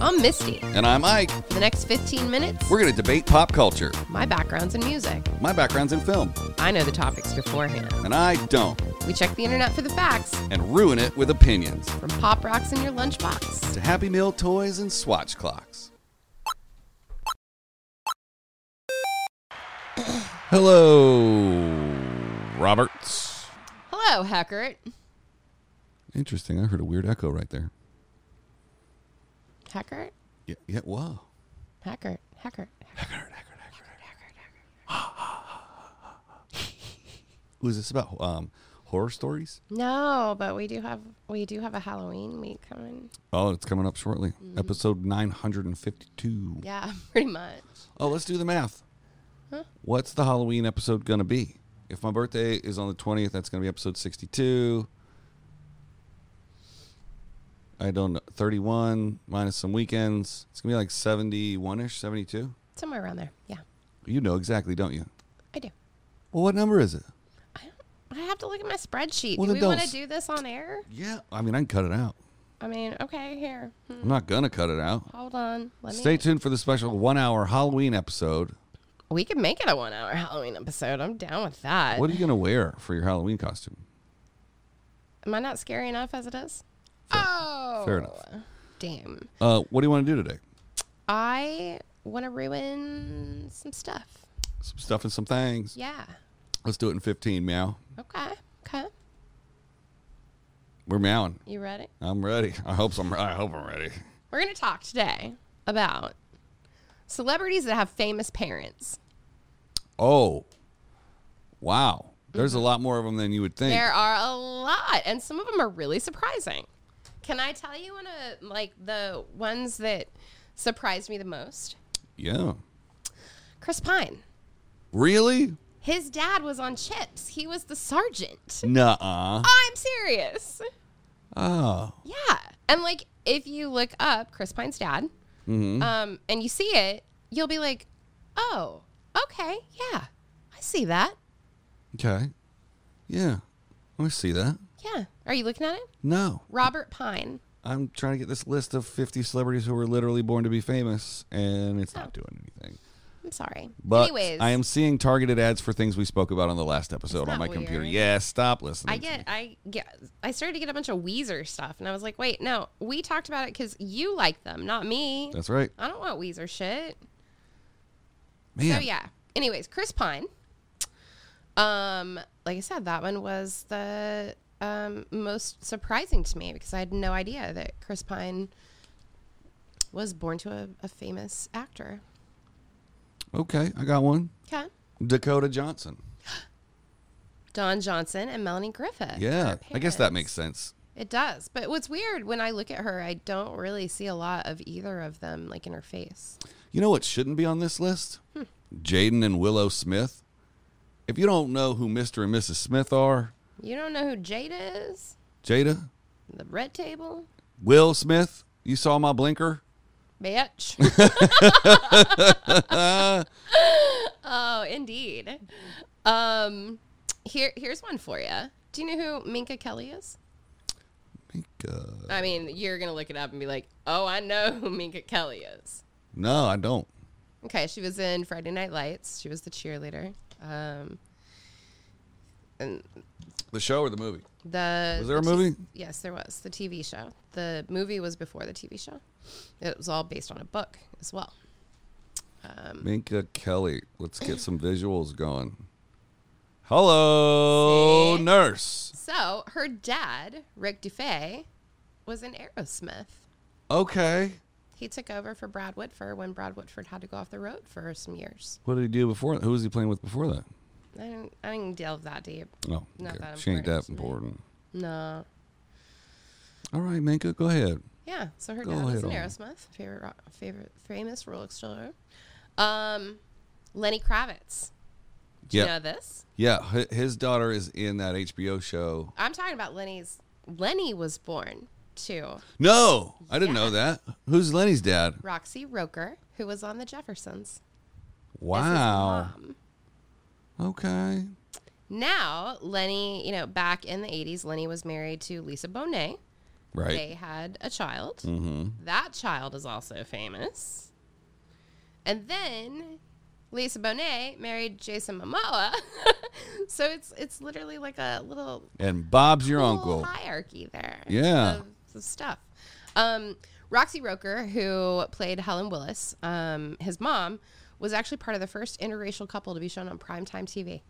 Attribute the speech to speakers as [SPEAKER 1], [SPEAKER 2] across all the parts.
[SPEAKER 1] I'm Misty.
[SPEAKER 2] And I'm Ike.
[SPEAKER 1] For the next 15 minutes,
[SPEAKER 2] We're going to debate pop culture.
[SPEAKER 1] my background's in music.
[SPEAKER 2] My background's in film,
[SPEAKER 1] I know the topics beforehand.
[SPEAKER 2] and I don't.
[SPEAKER 1] We check the internet for the facts,
[SPEAKER 2] And ruin it with opinions.
[SPEAKER 1] from pop rocks in your lunchbox.
[SPEAKER 2] To Happy Meal toys and swatch clocks. Hello, Roberts.
[SPEAKER 1] Hello, Heckert.
[SPEAKER 2] Interesting. I heard a weird echo right there.
[SPEAKER 1] Heckert?
[SPEAKER 2] Yeah. yeah wow.
[SPEAKER 1] Heckert. Heckert.
[SPEAKER 2] Was this about um, horror stories?
[SPEAKER 1] No, but we do have we do have a Halloween week coming.
[SPEAKER 2] Oh, it's coming up shortly. Episode 952.
[SPEAKER 1] Yeah, pretty much.
[SPEAKER 2] Oh, let's do the math. What's the Halloween episode going to be? If my birthday is on the 20th, that's going to be episode 62. I don't know. 31 minus some weekends. It's going to be like 71 ish, 72.
[SPEAKER 1] Somewhere around there. Yeah,
[SPEAKER 2] You know exactly, don't you?
[SPEAKER 1] I do.
[SPEAKER 2] Well, what number is it?
[SPEAKER 1] I, don't, I have to look at my spreadsheet.
[SPEAKER 2] Well,
[SPEAKER 1] do
[SPEAKER 2] then
[SPEAKER 1] we want to
[SPEAKER 2] don't-
[SPEAKER 1] do this on air?
[SPEAKER 2] Yeah. I mean, I can cut it out.
[SPEAKER 1] I mean, okay, here. Hmm,
[SPEAKER 2] I'm not going to cut it out.
[SPEAKER 1] Hold on. Let
[SPEAKER 2] Stay
[SPEAKER 1] me.
[SPEAKER 2] tuned for the special one hour Halloween episode.
[SPEAKER 1] We could make it a one-hour Halloween episode. I'm down with that.
[SPEAKER 2] What are you going to wear for your Halloween costume?
[SPEAKER 1] Am I not scary enough as it is? Oh,
[SPEAKER 2] Fair enough.
[SPEAKER 1] Damn.
[SPEAKER 2] Uh, what do you want to do today?
[SPEAKER 1] I want to ruin some stuff.
[SPEAKER 2] Some stuff and some things.
[SPEAKER 1] Yeah.
[SPEAKER 2] Let's do it in 15, meow.
[SPEAKER 1] Okay. Okay.
[SPEAKER 2] We're meowing.
[SPEAKER 1] You ready?
[SPEAKER 2] I'm ready. I hope I'm. I hope I'm ready.
[SPEAKER 1] We're going to talk today about celebrities that have famous parents.
[SPEAKER 2] Oh, wow. There's a lot more of them than you would think.
[SPEAKER 1] Mm-hmm. There are a lot, and some of them are really surprising. Can I tell you one of like the ones that surprised me the most?
[SPEAKER 2] yeah.
[SPEAKER 1] Chris Pine.
[SPEAKER 2] Really?
[SPEAKER 1] His dad was on Chips. He was the sergeant.
[SPEAKER 2] Nuh-uh.
[SPEAKER 1] I'm serious.
[SPEAKER 2] Oh.
[SPEAKER 1] Yeah. And like if you look up Chris Pine's dad,
[SPEAKER 2] Mm-hmm.
[SPEAKER 1] um, and you see it, you'll be like, Oh, okay, yeah. I see that.
[SPEAKER 2] Okay. Yeah. I see that.
[SPEAKER 1] Yeah. Are you looking at it?
[SPEAKER 2] No.
[SPEAKER 1] Robert Pine.
[SPEAKER 2] I'm trying to get this list of 50 celebrities who were literally born to be famous, and it's
[SPEAKER 1] Oh.
[SPEAKER 2] not doing anything.
[SPEAKER 1] I'm sorry.
[SPEAKER 2] But
[SPEAKER 1] anyways,
[SPEAKER 2] I am seeing targeted ads for things we spoke about on the last episode
[SPEAKER 1] not
[SPEAKER 2] on my computer.
[SPEAKER 1] weird.
[SPEAKER 2] Yeah, stop listening.
[SPEAKER 1] I
[SPEAKER 2] to me.
[SPEAKER 1] get I get I started to get a bunch of Weezer stuff and I was like, wait, no, we talked about it because you like them, not me.
[SPEAKER 2] That's right.
[SPEAKER 1] I don't want Weezer shit.
[SPEAKER 2] Man.
[SPEAKER 1] So yeah. Anyways, Chris Pine. Um, like I said, that one was the um, most surprising to me because I had no idea that Chris Pine was born to a, a famous actor.
[SPEAKER 2] Okay, I got one.
[SPEAKER 1] Okay.
[SPEAKER 2] Dakota Johnson.
[SPEAKER 1] Don Johnson and Melanie Griffith.
[SPEAKER 2] Yeah,
[SPEAKER 1] her
[SPEAKER 2] I guess that
[SPEAKER 1] parents.
[SPEAKER 2] makes sense.
[SPEAKER 1] it does. But what's weird when I look at her, I don't really see a lot of either of them like in her face.
[SPEAKER 2] You know what shouldn't be on this list?
[SPEAKER 1] Hmm.
[SPEAKER 2] Jaden and Willow Smith. If you don't know who Mr. and Mrs. Smith are,
[SPEAKER 1] You don't know who Jade is?
[SPEAKER 2] Jada,
[SPEAKER 1] The red table?
[SPEAKER 2] Will Smith, you saw my blinker?
[SPEAKER 1] Bitch. oh, indeed. Um, here, here's one for you. Do you know who Minka Kelly is?
[SPEAKER 2] Minka.
[SPEAKER 1] I mean, you're gonna look it up and be like, "Oh, I know who Minka Kelly is."
[SPEAKER 2] No, I don't.
[SPEAKER 1] Okay, she was in Friday Night Lights. She was the cheerleader. Um, and
[SPEAKER 2] The show or the movie?
[SPEAKER 1] the
[SPEAKER 2] Was there a movie?
[SPEAKER 1] Yes, there was the TV show. The movie was before the TV show. It was all based on a book as well. Um,
[SPEAKER 2] Minka Kelly. Let's get some visuals going. Hello,
[SPEAKER 1] See?
[SPEAKER 2] nurse.
[SPEAKER 1] So her dad, Rick DeFay, was in Aerosmith.
[SPEAKER 2] Okay.
[SPEAKER 1] He took over for Brad Whitford when Brad Whitford had to go off the road for some years.
[SPEAKER 2] What did he do before? Who was he playing with before that?
[SPEAKER 1] I didn't, I didn't delve that deep.
[SPEAKER 2] Oh,
[SPEAKER 1] Not
[SPEAKER 2] okay.
[SPEAKER 1] that
[SPEAKER 2] she ain't
[SPEAKER 1] important
[SPEAKER 2] that
[SPEAKER 1] to me.
[SPEAKER 2] important.
[SPEAKER 1] No.
[SPEAKER 2] All right, Minka, go ahead.
[SPEAKER 1] Yeah. So her
[SPEAKER 2] Go
[SPEAKER 1] dad was
[SPEAKER 2] ahead
[SPEAKER 1] in
[SPEAKER 2] on.
[SPEAKER 1] Aerosmith, favorite, rock, favorite, famous rock star. Um, Lenny Kravitz. Do
[SPEAKER 2] Yeah.
[SPEAKER 1] you know this?
[SPEAKER 2] Yeah, hi- his daughter is in that HBO show.
[SPEAKER 1] I'm talking about Lenny's. Lenny was born to
[SPEAKER 2] No, I didn't know that. Who's Lenny's dad?
[SPEAKER 1] Roxy Roker, who was on The Jeffersons. as his
[SPEAKER 2] Wow.
[SPEAKER 1] mom.
[SPEAKER 2] Okay.
[SPEAKER 1] Now, Lenny, you know, back in the 80s, Lenny was married to Lisa Bonet.
[SPEAKER 2] Right. Mm-hmm.
[SPEAKER 1] They had a child. That child is also famous. And then Lisa Bonet married Jason Momoa. so it's it's literally like a little
[SPEAKER 2] And Bob's your
[SPEAKER 1] whole
[SPEAKER 2] uncle.
[SPEAKER 1] hierarchy there.
[SPEAKER 2] Yeah.
[SPEAKER 1] Of, of stuff. Um, Roxy Roker, who played Helen Willis, um, his mom, was actually part of the first interracial couple to be shown on primetime TV.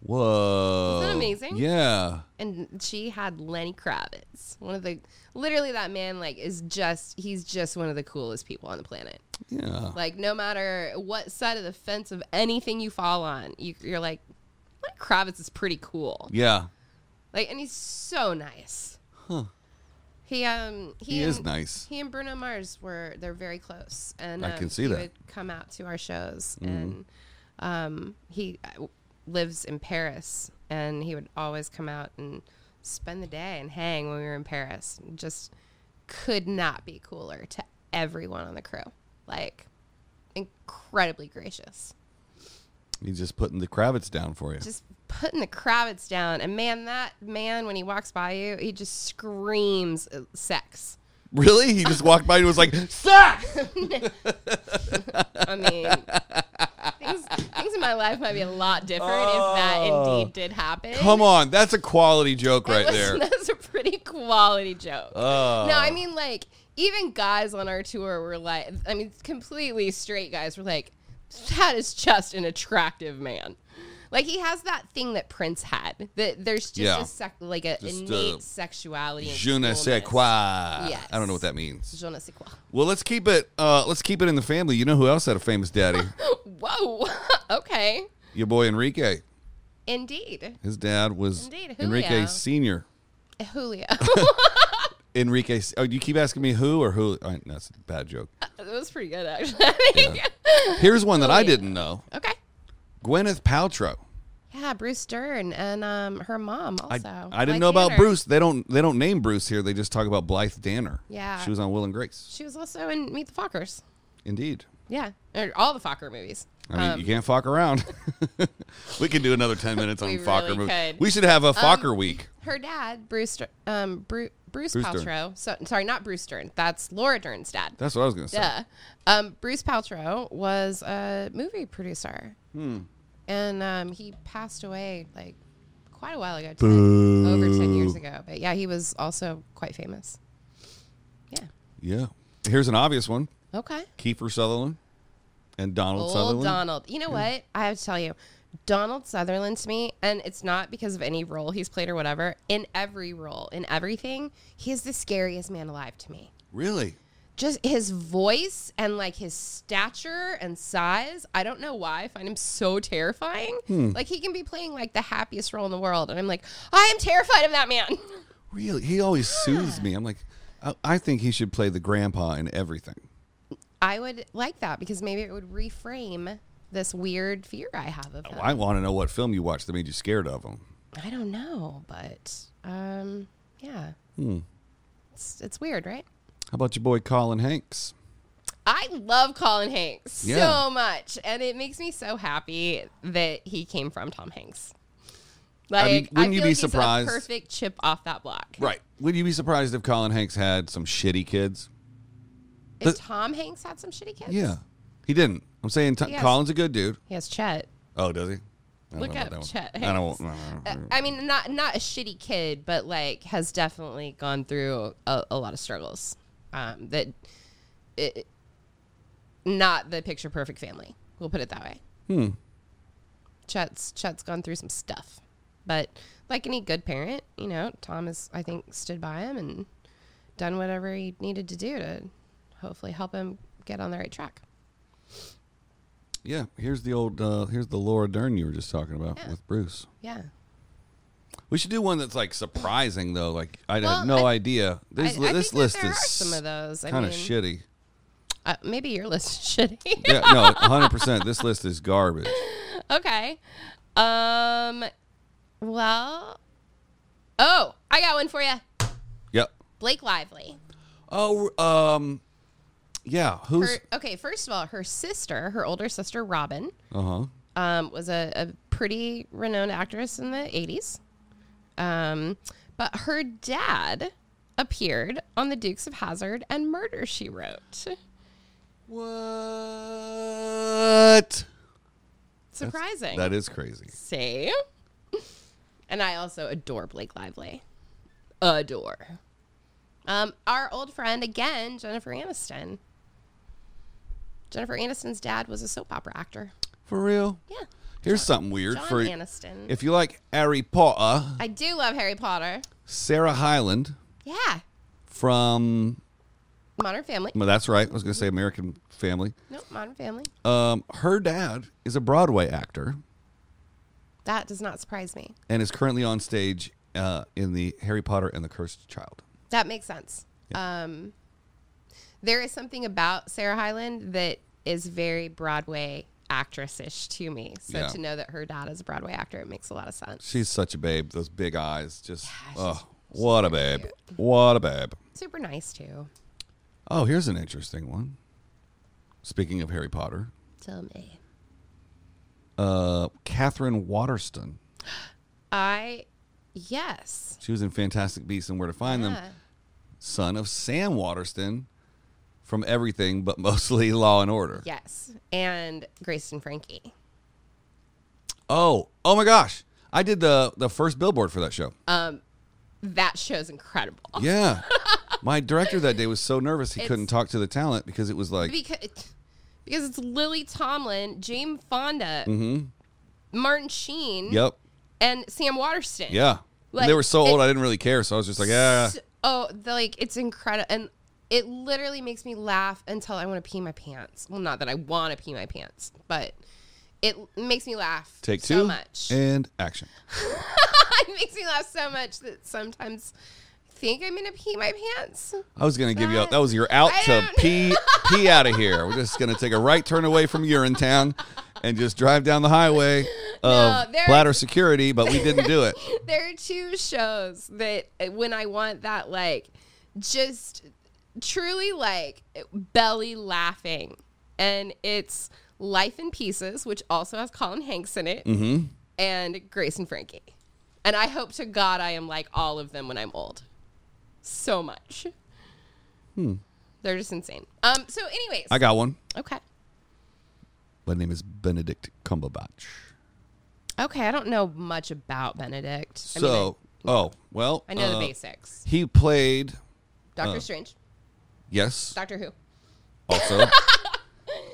[SPEAKER 2] Whoa.
[SPEAKER 1] Isn't that amazing?
[SPEAKER 2] Yeah.
[SPEAKER 1] And she had Lenny Kravitz, one of the literally that man like is just he's just one of the coolest people on the planet.
[SPEAKER 2] Yeah.
[SPEAKER 1] Like no matter what side of the fence of anything you fall on, you, you're like Lenny Kravitz is pretty cool.
[SPEAKER 2] Yeah.
[SPEAKER 1] Like, and he's so nice.
[SPEAKER 2] Huh.
[SPEAKER 1] He um he,
[SPEAKER 2] He is
[SPEAKER 1] and-
[SPEAKER 2] nice.
[SPEAKER 1] He and Bruno Mars were they're very close, and
[SPEAKER 2] I
[SPEAKER 1] um,
[SPEAKER 2] can see
[SPEAKER 1] he
[SPEAKER 2] that. Mm-hmm.
[SPEAKER 1] Would come out to our shows, and um he uh, w- lives in Paris, and he would always come out and spend the day and hang when we were in Paris. Just could not be cooler to everyone on the crew. Like, incredibly gracious.
[SPEAKER 2] He's just putting the Kravitz down for you.
[SPEAKER 1] just putting the Kravitz down. And man, that man, when he walks by you, he just screams uh, sex.
[SPEAKER 2] really? He just walked by and was like, "Sex."
[SPEAKER 1] I mean, things, things in my life might be a lot different if that
[SPEAKER 2] Oh.
[SPEAKER 1] indeed did happen.
[SPEAKER 2] Come on, that's a quality joke
[SPEAKER 1] That
[SPEAKER 2] right
[SPEAKER 1] was-
[SPEAKER 2] there.
[SPEAKER 1] That's a pretty quality joke.
[SPEAKER 2] Oh.
[SPEAKER 1] No, I mean, like, even guys on our tour were like, I mean, completely straight guys were like, that is just an attractive man. Like, he has that thing that Prince had. That there's just
[SPEAKER 2] Yeah.
[SPEAKER 1] a sec- like a
[SPEAKER 2] Just,
[SPEAKER 1] innate
[SPEAKER 2] uh,
[SPEAKER 1] sexuality. and
[SPEAKER 2] Je ne sais
[SPEAKER 1] coolness.
[SPEAKER 2] quoi.
[SPEAKER 1] Yes.
[SPEAKER 2] I don't know what that means.
[SPEAKER 1] Je ne sais quoi.
[SPEAKER 2] Well, let's keep it. Uh, let's keep it in the family. You know who else had a famous daddy?
[SPEAKER 1] Whoa. okay.
[SPEAKER 2] Your boy Enrique.
[SPEAKER 1] Indeed.
[SPEAKER 2] His dad was
[SPEAKER 1] Indeed,
[SPEAKER 2] Enrique
[SPEAKER 1] Julio.
[SPEAKER 2] Senior.
[SPEAKER 1] Julio.
[SPEAKER 2] Enrique. Oh, you keep asking me who or who? All right, that's a bad joke.
[SPEAKER 1] that was pretty good, actually. I think.
[SPEAKER 2] Here's one that I didn't know.
[SPEAKER 1] Okay.
[SPEAKER 2] Gwyneth Paltrow.
[SPEAKER 1] Yeah, Bruce Stern and um, her mom also.
[SPEAKER 2] I, I didn't know
[SPEAKER 1] Blythe
[SPEAKER 2] about
[SPEAKER 1] Danner.
[SPEAKER 2] Bruce. They don't they don't name Bruce here. They just talk about Blythe Danner.
[SPEAKER 1] Yeah.
[SPEAKER 2] She was on Will and Grace.
[SPEAKER 1] She was also in Meet the Fockers.
[SPEAKER 2] Indeed.
[SPEAKER 1] Yeah, or all the Fokker movies.
[SPEAKER 2] I mean,
[SPEAKER 1] Um,
[SPEAKER 2] you can't fuck around. we could do another 10 minutes on
[SPEAKER 1] We
[SPEAKER 2] Fokker
[SPEAKER 1] really
[SPEAKER 2] movie.
[SPEAKER 1] could. Um,
[SPEAKER 2] We should have a Fokker week.
[SPEAKER 1] Her dad, Bruce, Dern- um, Bruce, Bruce,
[SPEAKER 2] Bruce Dern.
[SPEAKER 1] Paltrow. So, sorry, not Bruce Stern. That's Laura Dern's dad.
[SPEAKER 2] That's what I was going to say.
[SPEAKER 1] Duh. Um, Bruce Paltrow was a movie producer,
[SPEAKER 2] Hmm.
[SPEAKER 1] and um, he passed away like quite a while ago, too, like, over ten years ago. But yeah, he was also quite famous. Yeah.
[SPEAKER 2] Yeah. Here's an obvious one.
[SPEAKER 1] Okay.
[SPEAKER 2] Kiefer Sutherland and Donald
[SPEAKER 1] Old
[SPEAKER 2] Sutherland.
[SPEAKER 1] Donald. You know what? I have to tell you, Donald Sutherland to me, and it's not because of any role he's played or whatever. In every role, in everything, he's the scariest man alive to me.
[SPEAKER 2] Really?
[SPEAKER 1] Just his voice and like his stature and size. I don't know why I find him so terrifying. Like he can be playing like the happiest role in the world, and I'm like, I am terrified of that man.
[SPEAKER 2] Really? He always soothes me. I'm like I, I think he should play the grandpa in everything.
[SPEAKER 1] I would like that because maybe it would reframe this weird fear I have of him.
[SPEAKER 2] I want to know what film you watched that made you scared of him.
[SPEAKER 1] I don't know, but um, yeah.
[SPEAKER 2] Hmm.
[SPEAKER 1] It's, it's weird, right?
[SPEAKER 2] How about your boy Colin Hanks?
[SPEAKER 1] I love Colin Hanks
[SPEAKER 2] Yeah.
[SPEAKER 1] so much, and it makes me so happy that he came from Tom Hanks. Like,
[SPEAKER 2] I
[SPEAKER 1] I
[SPEAKER 2] mean, wouldn't
[SPEAKER 1] feel
[SPEAKER 2] you be
[SPEAKER 1] like he's a
[SPEAKER 2] surprised-
[SPEAKER 1] perfect chip off that block.
[SPEAKER 2] Right. Would you be surprised if Colin Hanks had some shitty kids?
[SPEAKER 1] If
[SPEAKER 2] The-
[SPEAKER 1] Tom Hanks had some shitty kids,
[SPEAKER 2] Yeah. He didn't. I'm saying T-
[SPEAKER 1] Yes.
[SPEAKER 2] Colin's a good dude.
[SPEAKER 1] he has Chet.
[SPEAKER 2] Oh, does he? I don't
[SPEAKER 1] Look
[SPEAKER 2] know about
[SPEAKER 1] up
[SPEAKER 2] that one.
[SPEAKER 1] Chet
[SPEAKER 2] I don't.
[SPEAKER 1] Hanks.
[SPEAKER 2] I
[SPEAKER 1] Uh,
[SPEAKER 2] don't-
[SPEAKER 1] I mean, not not a shitty kid, but like has definitely gone through a, a lot of struggles. Um, that it, not the picture perfect family. We'll put it that way. Hmm. Chet's Chet's gone through some stuff, but like any good parent, you know, Tom has I think stood by him and done whatever he needed to do to hopefully help him get on the right track.
[SPEAKER 2] Yeah. Here's the old. Uh, here's the Laura Dern you were just talking about
[SPEAKER 1] Yeah.
[SPEAKER 2] with Bruce.
[SPEAKER 1] Yeah.
[SPEAKER 2] We should do one that's like surprising though. Like I
[SPEAKER 1] Well,
[SPEAKER 2] had no
[SPEAKER 1] I-
[SPEAKER 2] idea. This
[SPEAKER 1] I-
[SPEAKER 2] li-
[SPEAKER 1] I
[SPEAKER 2] this
[SPEAKER 1] think that
[SPEAKER 2] list
[SPEAKER 1] there
[SPEAKER 2] is
[SPEAKER 1] are some of those. I
[SPEAKER 2] kind of
[SPEAKER 1] mean-
[SPEAKER 2] shitty.
[SPEAKER 1] Uh, maybe your list is shitty.
[SPEAKER 2] Yeah. No. 100. percent This list is garbage.
[SPEAKER 1] Okay. Um. Well. Oh, I got one for you.
[SPEAKER 2] Yep.
[SPEAKER 1] Blake Lively.
[SPEAKER 2] Oh. Um. Yeah. Who's?
[SPEAKER 1] Her, okay, first of all, her sister, her older sister Robin,
[SPEAKER 2] Uh huh.
[SPEAKER 1] um, was a, a pretty renowned actress in the '80s. Um, but her dad appeared on The Dukes of Hazard and Murder She Wrote.
[SPEAKER 2] What?
[SPEAKER 1] Surprising.
[SPEAKER 2] That is crazy.
[SPEAKER 1] See? And I also adore Blake Lively. Adore. Um, our old friend again, Jennifer Aniston. Jennifer Aniston's dad was a soap opera actor.
[SPEAKER 2] For real.
[SPEAKER 1] Yeah.
[SPEAKER 2] Here's something weird
[SPEAKER 1] John
[SPEAKER 2] for
[SPEAKER 1] Aniston.
[SPEAKER 2] if you like Harry Potter,
[SPEAKER 1] I do love Harry Potter.
[SPEAKER 2] Sarah Hyland
[SPEAKER 1] Yeah.
[SPEAKER 2] from
[SPEAKER 1] Modern Family.
[SPEAKER 2] well, that's right. I was going to say American Family.
[SPEAKER 1] Nope, Modern Family.
[SPEAKER 2] Um, her dad is a Broadway actor
[SPEAKER 1] That does not surprise me.
[SPEAKER 2] and is currently on stage uh, in the Harry Potter and the Cursed Child.
[SPEAKER 1] That makes sense. Um, there is something about Sarah Hyland that is very Broadway actress-ish to me. So
[SPEAKER 2] Yeah.
[SPEAKER 1] to know that her dad is a Broadway actor, it makes a lot of sense.
[SPEAKER 2] She's such a babe. Those big eyes, just
[SPEAKER 1] she's-
[SPEAKER 2] oh, what a babe, what a babe.
[SPEAKER 1] Super nice too.
[SPEAKER 2] Oh, here's an interesting one. Speaking of Harry Potter,
[SPEAKER 1] Tell me.
[SPEAKER 2] uh, Catherine Waterston.
[SPEAKER 1] I yes.
[SPEAKER 2] She was in Fantastic Beasts and Where to Find
[SPEAKER 1] Yeah.
[SPEAKER 2] Them. Son of Sam Waterston from everything, but mostly Law and Order.
[SPEAKER 1] Yes. And Grace and Frankie.
[SPEAKER 2] Oh, oh my gosh! I did the the first billboard for that show.
[SPEAKER 1] Oh. That show's incredible.
[SPEAKER 2] yeah, my director that day was so nervous he couldn't talk to the talent because it was like
[SPEAKER 1] Because because it's Lily Tomlin, James Fonda, Martin Sheen,
[SPEAKER 2] Mm-hmm. Yep.
[SPEAKER 1] and Sam Waterston.
[SPEAKER 2] Yeah. And they
[SPEAKER 1] Like,
[SPEAKER 2] were so old,
[SPEAKER 1] it-
[SPEAKER 2] I didn't really care. So I was just like, yeah.
[SPEAKER 1] So- oh, the, like it's incredible, and it literally makes me laugh until I want to pee my pants. Well, not that I want to pee my pants, but it makes me laugh.
[SPEAKER 2] Take two.
[SPEAKER 1] so much.
[SPEAKER 2] And action.
[SPEAKER 1] it makes me laugh so much that sometimes I think I'm gonna pee my pants.
[SPEAKER 2] I was going to give you,
[SPEAKER 1] That-
[SPEAKER 2] that was your out
[SPEAKER 1] I
[SPEAKER 2] to
[SPEAKER 1] don't-
[SPEAKER 2] pee, pee out of here. We're just going to take a right turn away from Urinetown and just drive down the highway of
[SPEAKER 1] there's-
[SPEAKER 2] bladder security, but we didn't do it.
[SPEAKER 1] There are two shows that uh, when I want that like just truly like belly laughing, and it's Life in Pieces, which also has Colin Hanks in it,
[SPEAKER 2] Mm-hmm.
[SPEAKER 1] and Grace and Frankie. And I hope to God I am like all of them when I'm old. So much. Hmm. They're just insane. Um. So, anyways,
[SPEAKER 2] Hmm. I got one.
[SPEAKER 1] okay.
[SPEAKER 2] My name is Benedict Cumberbatch.
[SPEAKER 1] Okay, I don't know much about Benedict. I mean, I-
[SPEAKER 2] So, oh, well.
[SPEAKER 1] I know
[SPEAKER 2] uh,
[SPEAKER 1] the basics.
[SPEAKER 2] He played,
[SPEAKER 1] Doctor Strange,
[SPEAKER 2] yes,
[SPEAKER 1] Doctor Who.
[SPEAKER 2] also.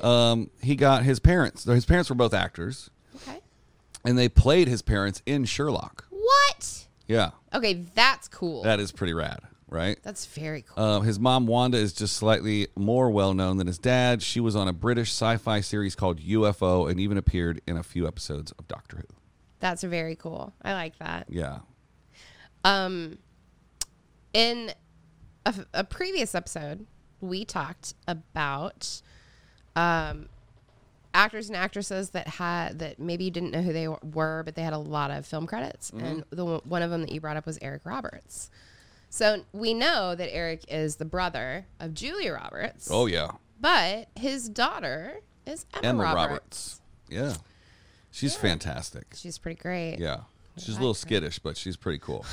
[SPEAKER 2] um, he got his parents, his parents were both actors,
[SPEAKER 1] Okay.
[SPEAKER 2] and they played his parents in Sherlock.
[SPEAKER 1] What?
[SPEAKER 2] Yeah.
[SPEAKER 1] Okay, that's cool.
[SPEAKER 2] That is pretty rad, right?
[SPEAKER 1] that's very cool.
[SPEAKER 2] Uh, his mom, Wanda, is just slightly more well known than his dad. She was on a British sci fi series called UFO and even appeared in a few episodes of Doctor Who.
[SPEAKER 1] that's very cool. I like that.
[SPEAKER 2] Yeah.
[SPEAKER 1] In a, a previous episode, we talked about um, actors and actresses that had that maybe you didn't know who they were, but they had a lot of film credits,
[SPEAKER 2] Mm-hmm.
[SPEAKER 1] and the one- one of them that you brought up was Eric Roberts. So we know that Eric is the brother of Julia Roberts,
[SPEAKER 2] Oh, yeah.
[SPEAKER 1] but his daughter is Emma,
[SPEAKER 2] Emma
[SPEAKER 1] Roberts.
[SPEAKER 2] Roberts. Yeah. She's fantastic.
[SPEAKER 1] She's pretty great.
[SPEAKER 2] Yeah. She's a little skittish, but she's pretty cool.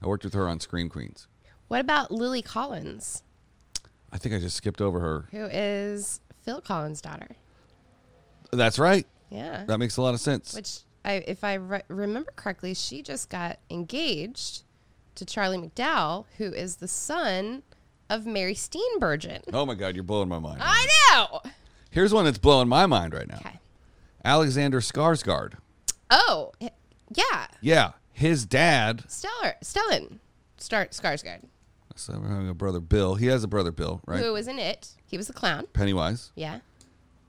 [SPEAKER 2] I worked with her on Scream Queens.
[SPEAKER 1] What about Lily Collins,
[SPEAKER 2] I think I just skipped over her.
[SPEAKER 1] who is Phil Collins' daughter?
[SPEAKER 2] That's right.
[SPEAKER 1] Yeah.
[SPEAKER 2] That makes a lot of sense.
[SPEAKER 1] Which, I, if I re- remember correctly, she just got engaged to Charlie McDowell, who is the son of Mary Steenburgen.
[SPEAKER 2] Oh, my God. You're blowing my mind.
[SPEAKER 1] I know.
[SPEAKER 2] Here's one that's blowing my mind right now
[SPEAKER 1] Okay.
[SPEAKER 2] Alexander Skarsgård.
[SPEAKER 1] Oh, h- yeah.
[SPEAKER 2] Yeah, his dad.
[SPEAKER 1] Stellar, Stellan Star- Skarsgård,
[SPEAKER 2] So we're having a brother Bill. He has a brother Bill, right?
[SPEAKER 1] who was in it. He was the clown.
[SPEAKER 2] Pennywise
[SPEAKER 1] Yeah.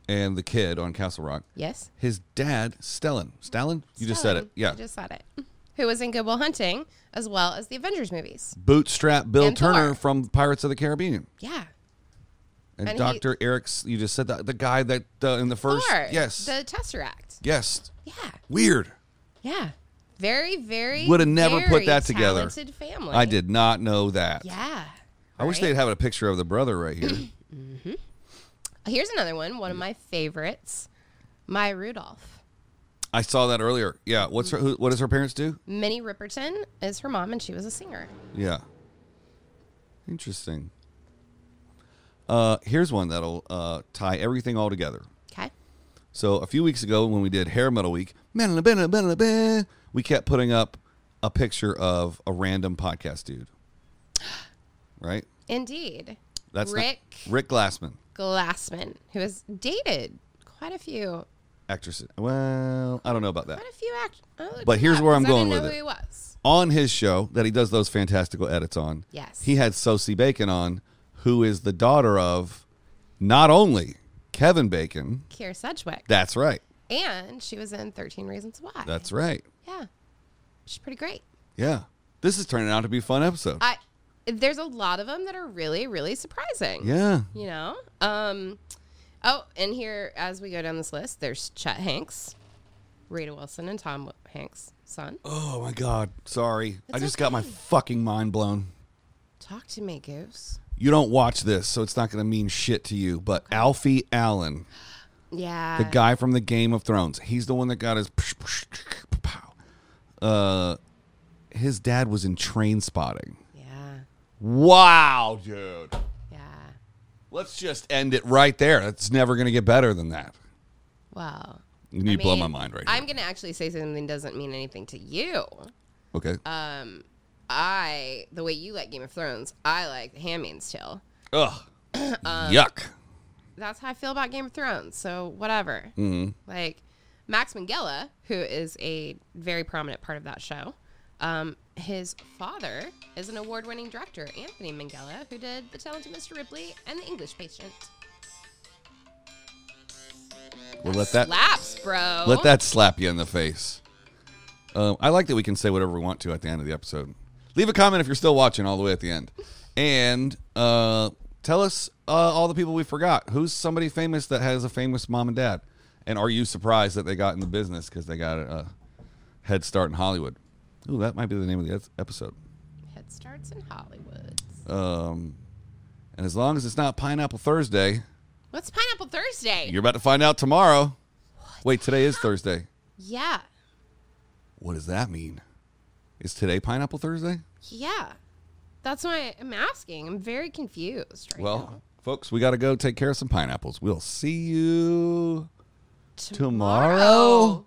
[SPEAKER 2] and the kid on Castle Rock.
[SPEAKER 1] Yes.
[SPEAKER 2] His dad, Stellan. Stalin? You just said it.
[SPEAKER 1] Stellan.
[SPEAKER 2] Yeah.
[SPEAKER 1] I just said it. Who was in Good Will Hunting as well as the Avengers movies.
[SPEAKER 2] Bootstrap Bill
[SPEAKER 1] And
[SPEAKER 2] Turner
[SPEAKER 1] Thor.
[SPEAKER 2] from Pirates of the Caribbean.
[SPEAKER 1] Yeah.
[SPEAKER 2] And,
[SPEAKER 1] And he-
[SPEAKER 2] Dr. Eric's, you just said that the guy that uh, in the first.
[SPEAKER 1] Thor,
[SPEAKER 2] yes.
[SPEAKER 1] The Tesseract.
[SPEAKER 2] yes.
[SPEAKER 1] Yeah.
[SPEAKER 2] Weird.
[SPEAKER 1] Yeah. Very, very.
[SPEAKER 2] Would have never
[SPEAKER 1] very
[SPEAKER 2] put that together.
[SPEAKER 1] Talented family.
[SPEAKER 2] I did not know that.
[SPEAKER 1] Yeah.
[SPEAKER 2] I wish
[SPEAKER 1] right?
[SPEAKER 2] they'd have a picture of the brother right here.
[SPEAKER 1] Here's another one. One of my favorites. My Rudolph.
[SPEAKER 2] I saw that earlier. Yeah. What's her, who, what does her parents do?
[SPEAKER 1] Minnie Riperton is her mom, and she was a singer.
[SPEAKER 2] Yeah. Interesting. Uh, here's one that'll uh, tie everything all together.
[SPEAKER 1] Okay.
[SPEAKER 2] So a few weeks ago, when we did Hair Metal Week, we kept putting up a picture of a random podcast dude, right?
[SPEAKER 1] Indeed.
[SPEAKER 2] That's not-
[SPEAKER 1] Rick
[SPEAKER 2] Rick Glassman,
[SPEAKER 1] Glassman, who has dated quite a few,
[SPEAKER 2] actress. Well, I don't know about that.
[SPEAKER 1] quite a few actors.
[SPEAKER 2] But here's where I'm going
[SPEAKER 1] I didn't know
[SPEAKER 2] with
[SPEAKER 1] who
[SPEAKER 2] it.
[SPEAKER 1] he was.
[SPEAKER 2] On his show that he does those fantastical edits on,
[SPEAKER 1] Yes.
[SPEAKER 2] he had Sosie Bacon on, who is the daughter of not only Kevin Bacon.
[SPEAKER 1] Kier Sedgwick.
[SPEAKER 2] That's right.
[SPEAKER 1] and she was in 13 Reasons Why.
[SPEAKER 2] That's right.
[SPEAKER 1] yeah. She's pretty great.
[SPEAKER 2] Yeah. This is turning out to be a fun episode.
[SPEAKER 1] I there's a lot of them that are really really surprising.
[SPEAKER 2] yeah.
[SPEAKER 1] You know? Um Oh, and here as we go down this list, there's Chet Hanks, Rita Wilson and Tom Hanks' son.
[SPEAKER 2] Oh my God. Sorry. I
[SPEAKER 1] It's
[SPEAKER 2] just got my
[SPEAKER 1] okay.
[SPEAKER 2] fucking mind blown.
[SPEAKER 1] Talk to me, Goose.
[SPEAKER 2] You don't watch this, so it's not going to mean shit to you. But Alfie Allen,
[SPEAKER 1] Yeah.
[SPEAKER 2] the guy from the Game of Thrones, he's the one that got his. Uh, his dad was in Train Spotting.
[SPEAKER 1] Yeah.
[SPEAKER 2] Wow, dude.
[SPEAKER 1] Yeah.
[SPEAKER 2] Let's just end it right there. It's never going to get better than that.
[SPEAKER 1] Wow.
[SPEAKER 2] You need to blow my mind right
[SPEAKER 1] I'm
[SPEAKER 2] now.
[SPEAKER 1] going to actually say something that doesn't mean anything to you.
[SPEAKER 2] Okay.
[SPEAKER 1] uh, I, the way you like Game of Thrones, I like The Handmaid's Tale.
[SPEAKER 2] Ugh.
[SPEAKER 1] uh,
[SPEAKER 2] Yuck.
[SPEAKER 1] that's how I feel about Game of Thrones. So whatever.
[SPEAKER 2] Mm-hmm.
[SPEAKER 1] Like Max Minghella, who is a very prominent part of that show, um, his father is an award-winning director, Anthony Minghella, who did The Talented Mr. Ripley and The English Patient.
[SPEAKER 2] We'll let that
[SPEAKER 1] Slaps, bro.
[SPEAKER 2] let that slap you in the face. Um, I like that we can say whatever we want to at the end of the episode. Leave a comment if you're still watching all the way at the end, and uh, tell us uh, all the people we forgot. Who's somebody famous that has a famous mom and dad, and are you surprised that they got in the business because they got a head start in Hollywood? Ooh, that might be the name of the ep- episode.
[SPEAKER 1] Head starts in Hollywood.
[SPEAKER 2] Um, and as long as it's not Pineapple Thursday,
[SPEAKER 1] What's Pineapple Thursday?
[SPEAKER 2] you're about to find out tomorrow. Wait, today is Thursday.
[SPEAKER 1] yeah,
[SPEAKER 2] What does that mean? Is today Pineapple Thursday?
[SPEAKER 1] yeah. That's why I'm asking. I'm very confused right
[SPEAKER 2] Well,
[SPEAKER 1] now.
[SPEAKER 2] folks, we got to go take care of some pineapples. We'll see you tomorrow.
[SPEAKER 1] Tomorrow.